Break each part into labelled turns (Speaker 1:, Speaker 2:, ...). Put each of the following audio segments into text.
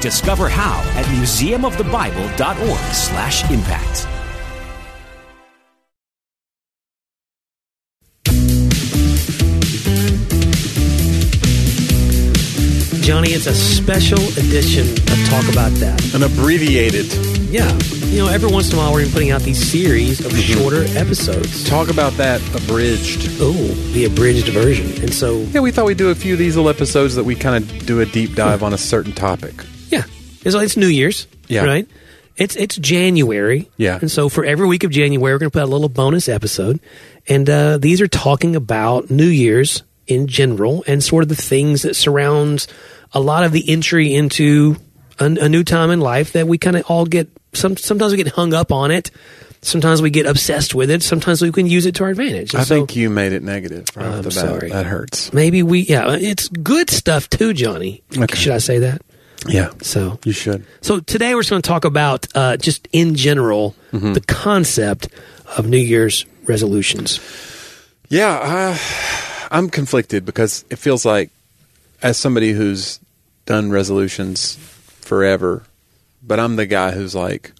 Speaker 1: Discover how at museumofthebible.org/impact.
Speaker 2: Johnny, it's a special edition of Talk About That.
Speaker 3: An abbreviated
Speaker 2: Yeah. You know, every once in a while we're putting out these series of shorter episodes.
Speaker 3: talk about that abridged.
Speaker 2: Oh, the abridged version. And so,
Speaker 3: Yeah, we thought we'd do a few of these little episodes that we kind of do a deep dive on a certain topic.
Speaker 2: yeah. It's, it's New Year's.
Speaker 3: Yeah.
Speaker 2: Right? It's it's January.
Speaker 3: Yeah.
Speaker 2: And so for every week of January, we're going to put out a little bonus episode. And uh, these are talking about New Year's in general and sort of the things that surrounds a lot of the entry into a, a new time in life that we kind of all get some sometimes we get hung up on it. Sometimes we get obsessed with it. Sometimes we can use it to our advantage. And
Speaker 3: I
Speaker 2: so- Oh,
Speaker 3: think you made it negative. Right off
Speaker 2: I'm
Speaker 3: the bat.
Speaker 2: sorry.
Speaker 3: That hurts.
Speaker 2: Maybe we, yeah, it's good stuff too, Johnny.
Speaker 3: Okay.
Speaker 2: Should I say that?
Speaker 3: Yeah,
Speaker 2: So,
Speaker 3: you should.
Speaker 2: so today we're just going to talk about uh, just in general
Speaker 3: Mm-hmm.
Speaker 2: the concept of New Year's resolutions.
Speaker 3: Yeah, I, I'm conflicted because it feels like, as somebody who's done resolutions forever, but I'm the guy who's like,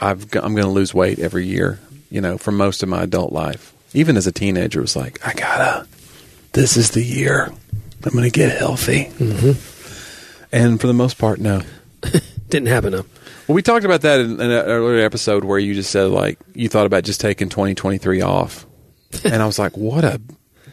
Speaker 3: I've, go- I'm going to lose weight every year, you know, for most of my adult life. Even as a teenager, it was like, I gotta, this is the year I'm going to get healthy. And for the most part, no.
Speaker 2: Didn't happen though.
Speaker 3: Well, we talked about that in in an earlier episode where you just said like you thought about just taking 2023 off, and I was like, what a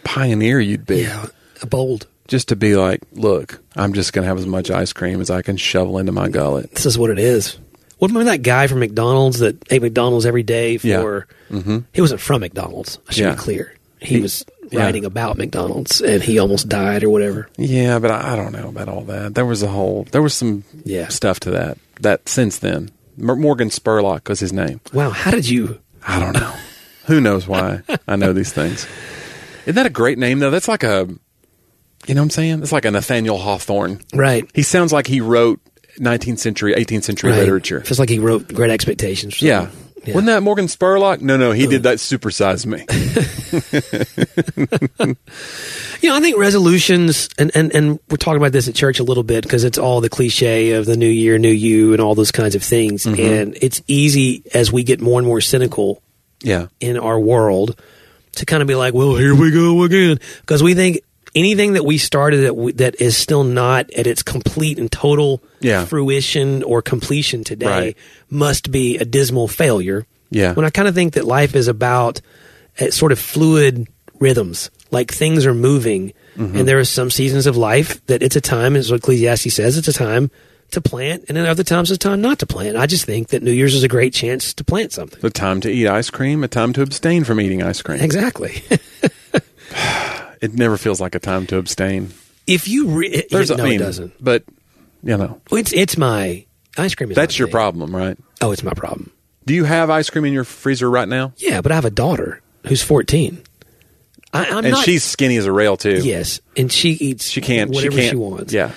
Speaker 3: pioneer you'd be
Speaker 2: Yeah, bold.
Speaker 3: just to be like, look, I'm just gonna have as much ice cream as I can shovel into my gullet.
Speaker 2: This is what it is. What remember that guy from McDonald's that ate McDonald's every day
Speaker 3: Yeah. Mm-hmm.
Speaker 2: for? He wasn't from McDonald's. I should
Speaker 3: Yeah.
Speaker 2: be clear. He, was
Speaker 3: yeah.
Speaker 2: writing about McDonald's and he almost died or whatever.
Speaker 3: Yeah, but I, I don't know about all that. There was a whole, there was some
Speaker 2: Yeah.
Speaker 3: stuff to that. That since then, M- Morgan Spurlock was his name.
Speaker 2: Wow, how did you?
Speaker 3: I don't know. Who knows why I know these things? Isn't that a great name though? That's like a, you know what I'm saying? It's like a Nathaniel Hawthorne.
Speaker 2: Right.
Speaker 3: He sounds like he wrote 19th century, 18th century
Speaker 2: Right.
Speaker 3: literature.
Speaker 2: Feels like he wrote Great Expectations. or something.
Speaker 3: yeah. Wasn't that Morgan Spurlock? No, no, he did that supersize me.
Speaker 2: You know, I think resolutions, and, and, and we're talking about this at church a little bit because it's all the cliche of the new year, new you, and all those kinds of things. And it's easy as we get more and more cynical
Speaker 3: yeah.
Speaker 2: in our world to kind of be like, well, here we go again. Because we think anything that we started that, we, that is still not at its complete and total
Speaker 3: Yeah.
Speaker 2: fruition or completion today
Speaker 3: Right.
Speaker 2: must be a dismal failure.
Speaker 3: Yeah.
Speaker 2: When I kind of think that life is about uh, sort of fluid rhythms, like things are moving.
Speaker 3: Mm-hmm.
Speaker 2: And there are some seasons of life that it's a time, as Ecclesiastes says, it's a time to plant. And then other times it's a time not to plant. I just think that New Year's is a great chance to plant something.
Speaker 3: The time to eat ice cream, a time to abstain from eating ice cream.
Speaker 2: Exactly.
Speaker 3: It never feels like a time to abstain.
Speaker 2: If you re- eh,
Speaker 3: There's,
Speaker 2: no,
Speaker 3: I mean,
Speaker 2: it doesn't.
Speaker 3: But, you know,
Speaker 2: Well, It's it's my ice cream. Is
Speaker 3: that's
Speaker 2: my
Speaker 3: your
Speaker 2: thing.
Speaker 3: problem, right?
Speaker 2: Oh, it's my problem.
Speaker 3: Do you have ice cream in your freezer right now?
Speaker 2: Yeah, but I have a daughter who's fourteen. I, I'm
Speaker 3: and
Speaker 2: not,
Speaker 3: she's skinny as a rail, too.
Speaker 2: yes, and she eats.
Speaker 3: She can't.
Speaker 2: whatever
Speaker 3: she can't.
Speaker 2: wants.
Speaker 3: Yeah.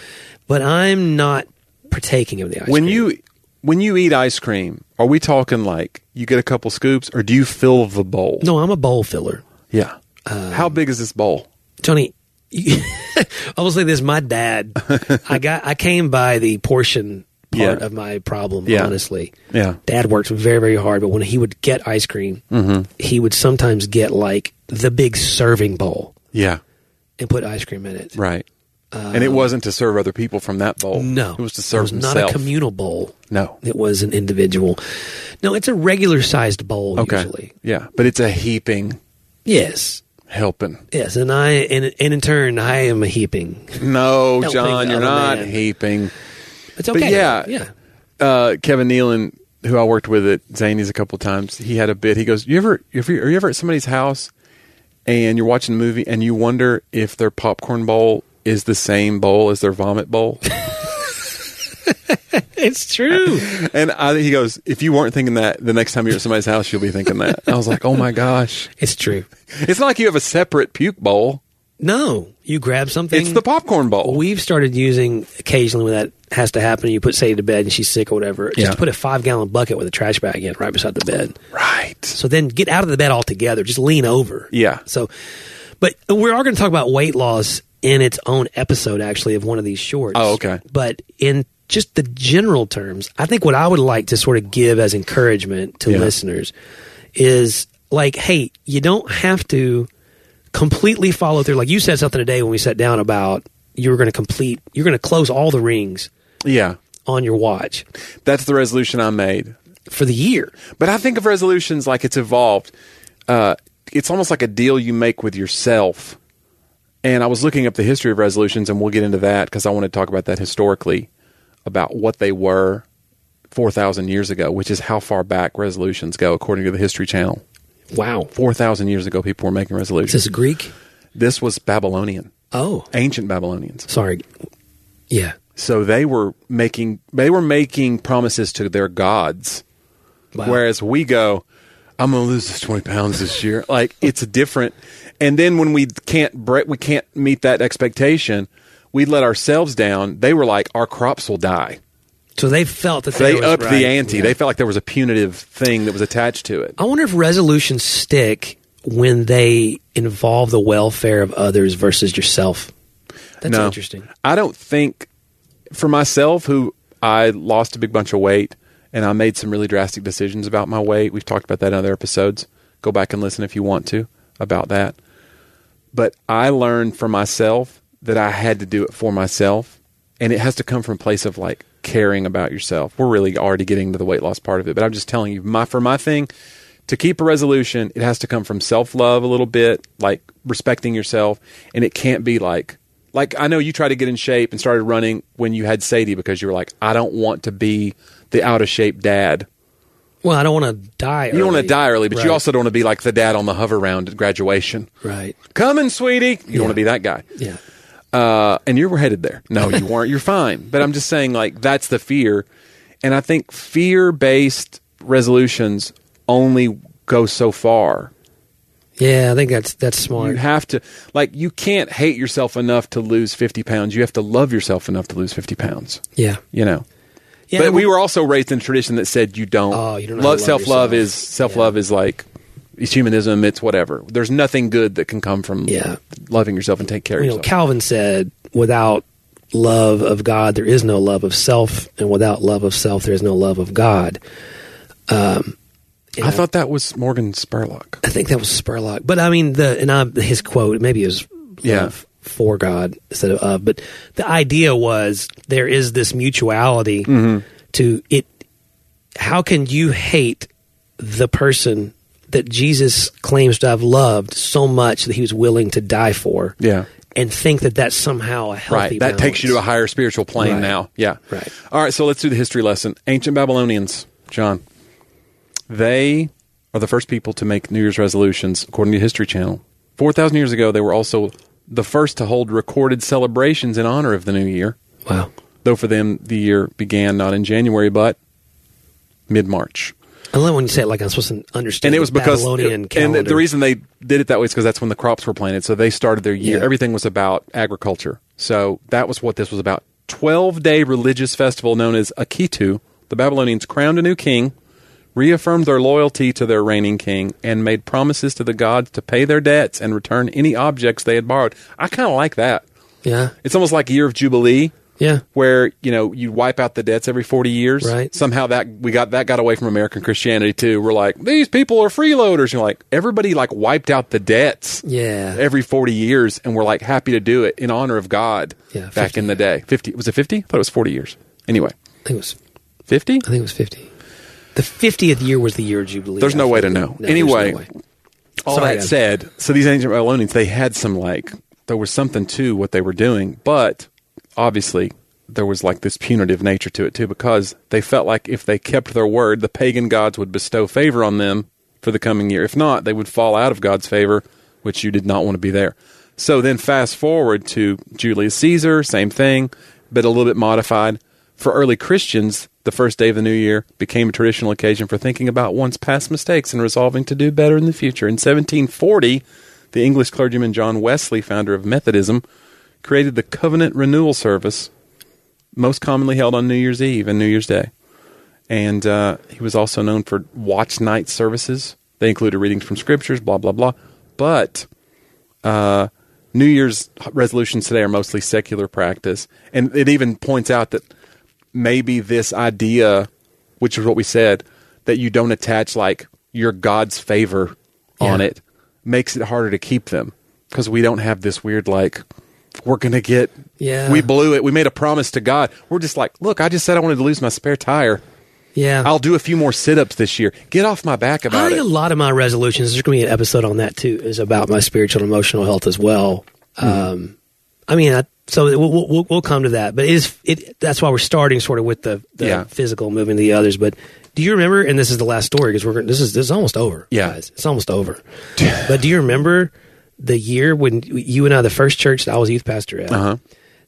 Speaker 2: but I'm not partaking of the ice
Speaker 3: when
Speaker 2: cream.
Speaker 3: you when you eat ice cream, are we talking like you get a couple scoops, or do you fill the bowl?
Speaker 2: no, Uh, I'm a bowl filler,
Speaker 3: Yeah. How big is this bowl?
Speaker 2: Tony. you- I will say this: my dad, I got, I came by the portion part
Speaker 3: Yeah.
Speaker 2: of my problem.
Speaker 3: Yeah.
Speaker 2: Honestly,
Speaker 3: Yeah.
Speaker 2: Dad worked very, very hard, but when he would get ice cream,
Speaker 3: Mm-hmm.
Speaker 2: he would sometimes get like the big serving bowl.
Speaker 3: Yeah.
Speaker 2: and put ice cream in it. Um,
Speaker 3: Right. and it wasn't to serve other people from that bowl.
Speaker 2: No,
Speaker 3: it was to serve
Speaker 2: it was
Speaker 3: himself.
Speaker 2: Not a communal bowl.
Speaker 3: no,
Speaker 2: It was an individual. No, it's a regular sized bowl
Speaker 3: okay,
Speaker 2: usually.
Speaker 3: yeah, but it's a heaping
Speaker 2: Yes.
Speaker 3: helping.
Speaker 2: Yes, and I and, and in turn I am a heaping.
Speaker 3: No,
Speaker 2: Helping
Speaker 3: John, you're
Speaker 2: other
Speaker 3: not
Speaker 2: man.
Speaker 3: heaping.
Speaker 2: It's okay.
Speaker 3: yeah.
Speaker 2: yeah.
Speaker 3: uh, Kevin Nealon, who I worked with at Zanies a couple of times, he had a bit. He goes, "You ever, if you, are you ever at somebody's house and you're watching a movie and you wonder if their popcorn bowl is the same bowl as their vomit bowl?"
Speaker 2: It's true.
Speaker 3: and I, he goes, "If you weren't thinking that, the next time you're at somebody's house, you'll be thinking that." I was like, "Oh my gosh!"
Speaker 2: it's true.
Speaker 3: It's not like you have a separate puke bowl.
Speaker 2: No, you grab something.
Speaker 3: It's the popcorn bowl.
Speaker 2: We've started using occasionally when that has to happen. You put Sadie to bed and she's sick or whatever. Just
Speaker 3: Yeah.
Speaker 2: to put a five gallon bucket with a trash bag in right beside the bed.
Speaker 3: right.
Speaker 2: So then get out of the bed altogether. Just lean over.
Speaker 3: Yeah.
Speaker 2: So, but we are going to talk about weight loss in its own episode, actually, of one of these shorts.
Speaker 3: Oh, okay.
Speaker 2: But in just the general terms, I think what I would like to sort of give as encouragement to
Speaker 3: Yeah.
Speaker 2: listeners is like, hey, you don't have to completely follow through. Like you said something today when we sat down about you were going to complete, you're going to close all the rings
Speaker 3: Yeah,
Speaker 2: on your watch
Speaker 3: that's the resolution I made.
Speaker 2: for the year.
Speaker 3: But I think of resolutions like it's evolved. Uh, it's almost like a deal you make with yourself. And I was looking up the history of resolutions, and we'll get into that because I want to talk about that historically, about what they were 4,000 years ago, which is how far back resolutions go, according to the History Channel.
Speaker 2: Wow.
Speaker 3: 4,000 years ago, people were making
Speaker 2: Is
Speaker 3: resolutions.
Speaker 2: this Greek?
Speaker 3: This was Babylonian,
Speaker 2: Oh,
Speaker 3: ancient Babylonians.
Speaker 2: sorry. Yeah.
Speaker 3: So they were making they were making promises to their gods.
Speaker 2: Wow.
Speaker 3: Whereas we go, I'm going to lose this 20 pounds this year. like it's different. And then when we can't bre- we can't meet that expectation, we let ourselves down. They were like, our crops will die.
Speaker 2: So they felt that
Speaker 3: They
Speaker 2: was
Speaker 3: upped
Speaker 2: right.
Speaker 3: the ante. They felt like there was a punitive thing that was attached to it.
Speaker 2: I wonder if resolutions stick when they involve the welfare of others versus yourself. That's
Speaker 3: No.
Speaker 2: interesting.
Speaker 3: I don't think for myself, who I lost a big bunch of weight and I made some really drastic decisions about my weight. We've talked about that in other episodes. Go back and listen if you want to about that. But I learned for myself that I had to do it for myself. And it has to come from a place of like caring about yourself. We're really already getting to the weight loss part of it. But I'm just telling you, my for my thing, to keep a resolution, it has to come from self love a little bit, like respecting yourself. And it can't be like like I know you tried to get in shape and started running when you had Sadie because you were like, I don't want to be the out of shape dad.
Speaker 2: Well, I don't want to die.
Speaker 3: You don't want to die early, but
Speaker 2: Right.
Speaker 3: you also don't want to be like the dad on the hover round at graduation.
Speaker 2: right.
Speaker 3: Coming, sweetie. You don't want to be that guy.
Speaker 2: Yeah.
Speaker 3: Uh, and you were headed there. No, you weren't. You're fine. But I'm just saying, like, that's the fear. And I think fear based resolutions only go so far.
Speaker 2: Yeah, I think that's that's
Speaker 3: You
Speaker 2: smart.
Speaker 3: have to, like, you can't hate yourself enough to lose 50 pounds. You have to love yourself enough to lose 50 pounds,
Speaker 2: yeah.
Speaker 3: you know?
Speaker 2: Yeah.
Speaker 3: but we were also raised in a tradition that said you don't.
Speaker 2: Oh, you don't know how
Speaker 3: love,
Speaker 2: to love
Speaker 3: self
Speaker 2: yourself.
Speaker 3: love is self love is like it's humanism. It's whatever. There's nothing good that can come from
Speaker 2: Yeah.
Speaker 3: loving yourself and take care of
Speaker 2: you know,
Speaker 3: yourself.
Speaker 2: Calvin said, without love of God, there is no love of self, and without love of self, there is no love of God.
Speaker 3: I thought that was Morgan Spurlock.
Speaker 2: I think that was Spurlock. But I mean, the and I, his quote maybe it was love
Speaker 3: Yeah.
Speaker 2: for God instead of of. But the idea was there is this mutuality
Speaker 3: Mm-hmm.
Speaker 2: to it. How can you hate the person that Jesus claims to have loved so much that he was willing to die for?
Speaker 3: Yeah.
Speaker 2: and think that that's somehow a healthy.
Speaker 3: Right. That takes you to a
Speaker 2: balance?
Speaker 3: higher spiritual plane
Speaker 2: Right.
Speaker 3: now. Yeah.
Speaker 2: Right.
Speaker 3: All right. So let's do the history lesson. Ancient Babylonians, John. They are the first people to make New Year's resolutions, according to History Channel. 4,000 years ago, they were also the first to hold recorded celebrations in honor of the new year.
Speaker 2: wow.
Speaker 3: though for them the year began not in January but mid March.
Speaker 2: I love when you say it like I'm supposed to understand.
Speaker 3: And it
Speaker 2: the
Speaker 3: was because
Speaker 2: Babylonian
Speaker 3: and
Speaker 2: calendar.
Speaker 3: the reason they did it that way is because that's when the crops were planted. So they started their year.
Speaker 2: Yeah.
Speaker 3: Everything was about agriculture. So that was what this was about. Twelve day religious festival known as Akitu. The Babylonians crowned a new king, reaffirmed their loyalty to their reigning king, and made promises to the gods to pay their debts and return any objects they had borrowed. I kind of like that.
Speaker 2: yeah,
Speaker 3: It's almost like a year of jubilee.
Speaker 2: Yeah.
Speaker 3: where you know you wipe out the debts every 40 years
Speaker 2: Right.
Speaker 3: somehow that we got that got away from american christianity too we're like these people are freeloaders you're like everybody like wiped out the debts
Speaker 2: Yeah.
Speaker 3: every 40 years and we're like happy to do it in honor of god
Speaker 2: Yeah,
Speaker 3: back
Speaker 2: 50.
Speaker 3: in the day 50 was it 50 i thought it was 40 years anyway
Speaker 2: I think it was
Speaker 3: 50
Speaker 2: I think it was 50. The 50th year was the year of Jubilee.
Speaker 3: There's no
Speaker 2: I
Speaker 3: way to
Speaker 2: think.
Speaker 3: know.
Speaker 2: there's
Speaker 3: Anyway, all
Speaker 2: Sorry,
Speaker 3: that
Speaker 2: guys.
Speaker 3: said so these ancient babylonians they had some like there was something to what they were doing but obviously there was like this punitive nature to it too because they felt like if they kept their word the pagan gods would bestow favor on them for the coming year if not they would fall out of god's favor which you did not want to be there so then fast forward to julius caesar same thing but a little bit modified for early christians the first day of the new year became a traditional occasion for thinking about one's past mistakes and resolving to do better in the future in 1740 the english clergyman john wesley founder of methodism created the covenant renewal service most commonly held on New Year's Eve and New Year's Day. And uh, he was also known for watch night services. They included readings from scriptures, blah, blah, blah. But uh, New Year's resolutions today are mostly secular practice. And it even points out that maybe this idea, which is what we said, that you don't attach like your God's favor on
Speaker 2: Yeah.
Speaker 3: it, makes it harder to keep them because we don't have this weird like, we're going to get
Speaker 2: Yeah.
Speaker 3: we blew it. We made a promise to God. We're just like, look, I just said I wanted to lose my spare tire.
Speaker 2: Yeah.
Speaker 3: I'll do a few more sit ups this year. Get off my back
Speaker 2: I
Speaker 3: about
Speaker 2: think a
Speaker 3: it.
Speaker 2: lot of my resolutions, there's going to be an episode on that too, is about my spiritual and emotional health as well.
Speaker 3: Hmm.
Speaker 2: Um, I mean, I, so we'll, we'll- we'll, we'll come to that, but it is, it, that's why we're starting sort of with the, the
Speaker 3: Yeah.
Speaker 2: physical moving to the others. But do you remember, and this is the last story because we're, gonna- this is, this is almost over.
Speaker 3: Yeah.
Speaker 2: guys. It's almost over. but do you remember the year when you and I, the first church that I was youth pastor at,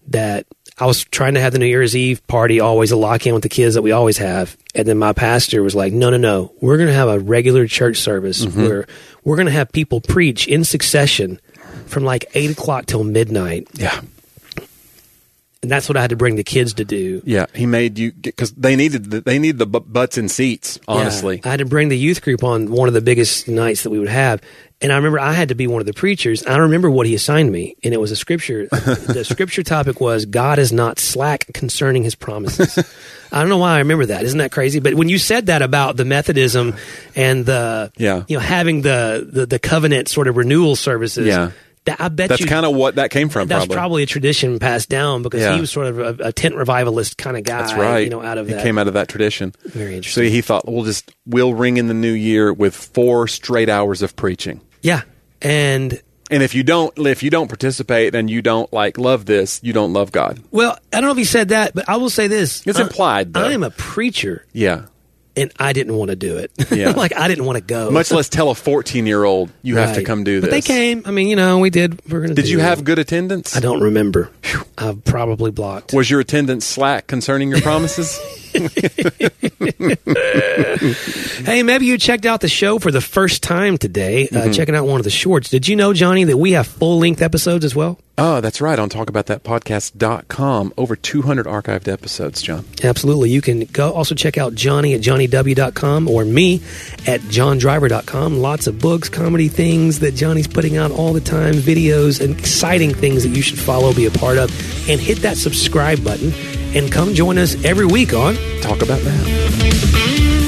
Speaker 2: that I was trying to have the New Year's Eve party, always a lock in with the kids that we always have. And then my pastor was like, no, no, no, we're going to have a regular church service where we're going to have people preach in succession from like eight o'clock till midnight.
Speaker 3: Yeah.
Speaker 2: And that's what I had to bring the kids to do.
Speaker 3: Yeah. He made you, because they needed the, they need the bu- butts and seats, honestly.
Speaker 2: Yeah. I had to bring the youth group on one of the biggest nights that we would have. And I remember I had to be one of the preachers. I remember what he assigned me, and it was a scripture. the scripture topic was God is not slack concerning his promises. I don't know why I remember that. Isn't that crazy? But when you said that about the Methodism and the
Speaker 3: Yeah.
Speaker 2: you know having the, the the covenant sort of renewal services,
Speaker 3: Yeah.
Speaker 2: that, I bet
Speaker 3: That's
Speaker 2: you
Speaker 3: kind of what that came from,
Speaker 2: that's
Speaker 3: probably.
Speaker 2: probably. a tradition passed down because
Speaker 3: Yeah.
Speaker 2: he was sort of a, a tent revivalist kind of guy.
Speaker 3: That's right.
Speaker 2: You know, out of
Speaker 3: he
Speaker 2: that.
Speaker 3: came out of that tradition.
Speaker 2: Very
Speaker 3: So
Speaker 2: interesting.
Speaker 3: he thought, we'll just, we'll ring in the new year with four straight hours of preaching.
Speaker 2: yeah, and
Speaker 3: And if you don't, if you don't participate and you don't like love this, you don't love God.
Speaker 2: Well, I don't know if he said that, but I will say this.
Speaker 3: It's
Speaker 2: I-
Speaker 3: implied, though.
Speaker 2: I am a preacher,
Speaker 3: Yeah.
Speaker 2: and I didn't want to do it.
Speaker 3: Yeah.
Speaker 2: like, I didn't want to go.
Speaker 3: Much less tell a 14 year old, you have to
Speaker 2: Right.
Speaker 3: come do this.
Speaker 2: But they came. I mean, you know, we did. We're gonna
Speaker 3: Did
Speaker 2: do
Speaker 3: you
Speaker 2: it.
Speaker 3: have good attendance?
Speaker 2: I don't remember. I've probably blocked.
Speaker 3: Was your attendance slack concerning your promises?
Speaker 2: Hey, maybe you checked out the show for the first time today,
Speaker 3: Mm-hmm.
Speaker 2: uh, checking out one of the shorts. Did you know, Johnny, that we have full length episodes as well?
Speaker 3: oh, that's right. On talkaboutthatpodcast.com. Over 200 archived episodes, John.
Speaker 2: Absolutely. You can go also check out Johnny at johnnyw.com or me at johndriver.com. Lots of books, comedy things that Johnny's putting out all the time, videos, and exciting things that you should follow, be a part of, and hit that subscribe button and come join us every week on
Speaker 3: Talk about that.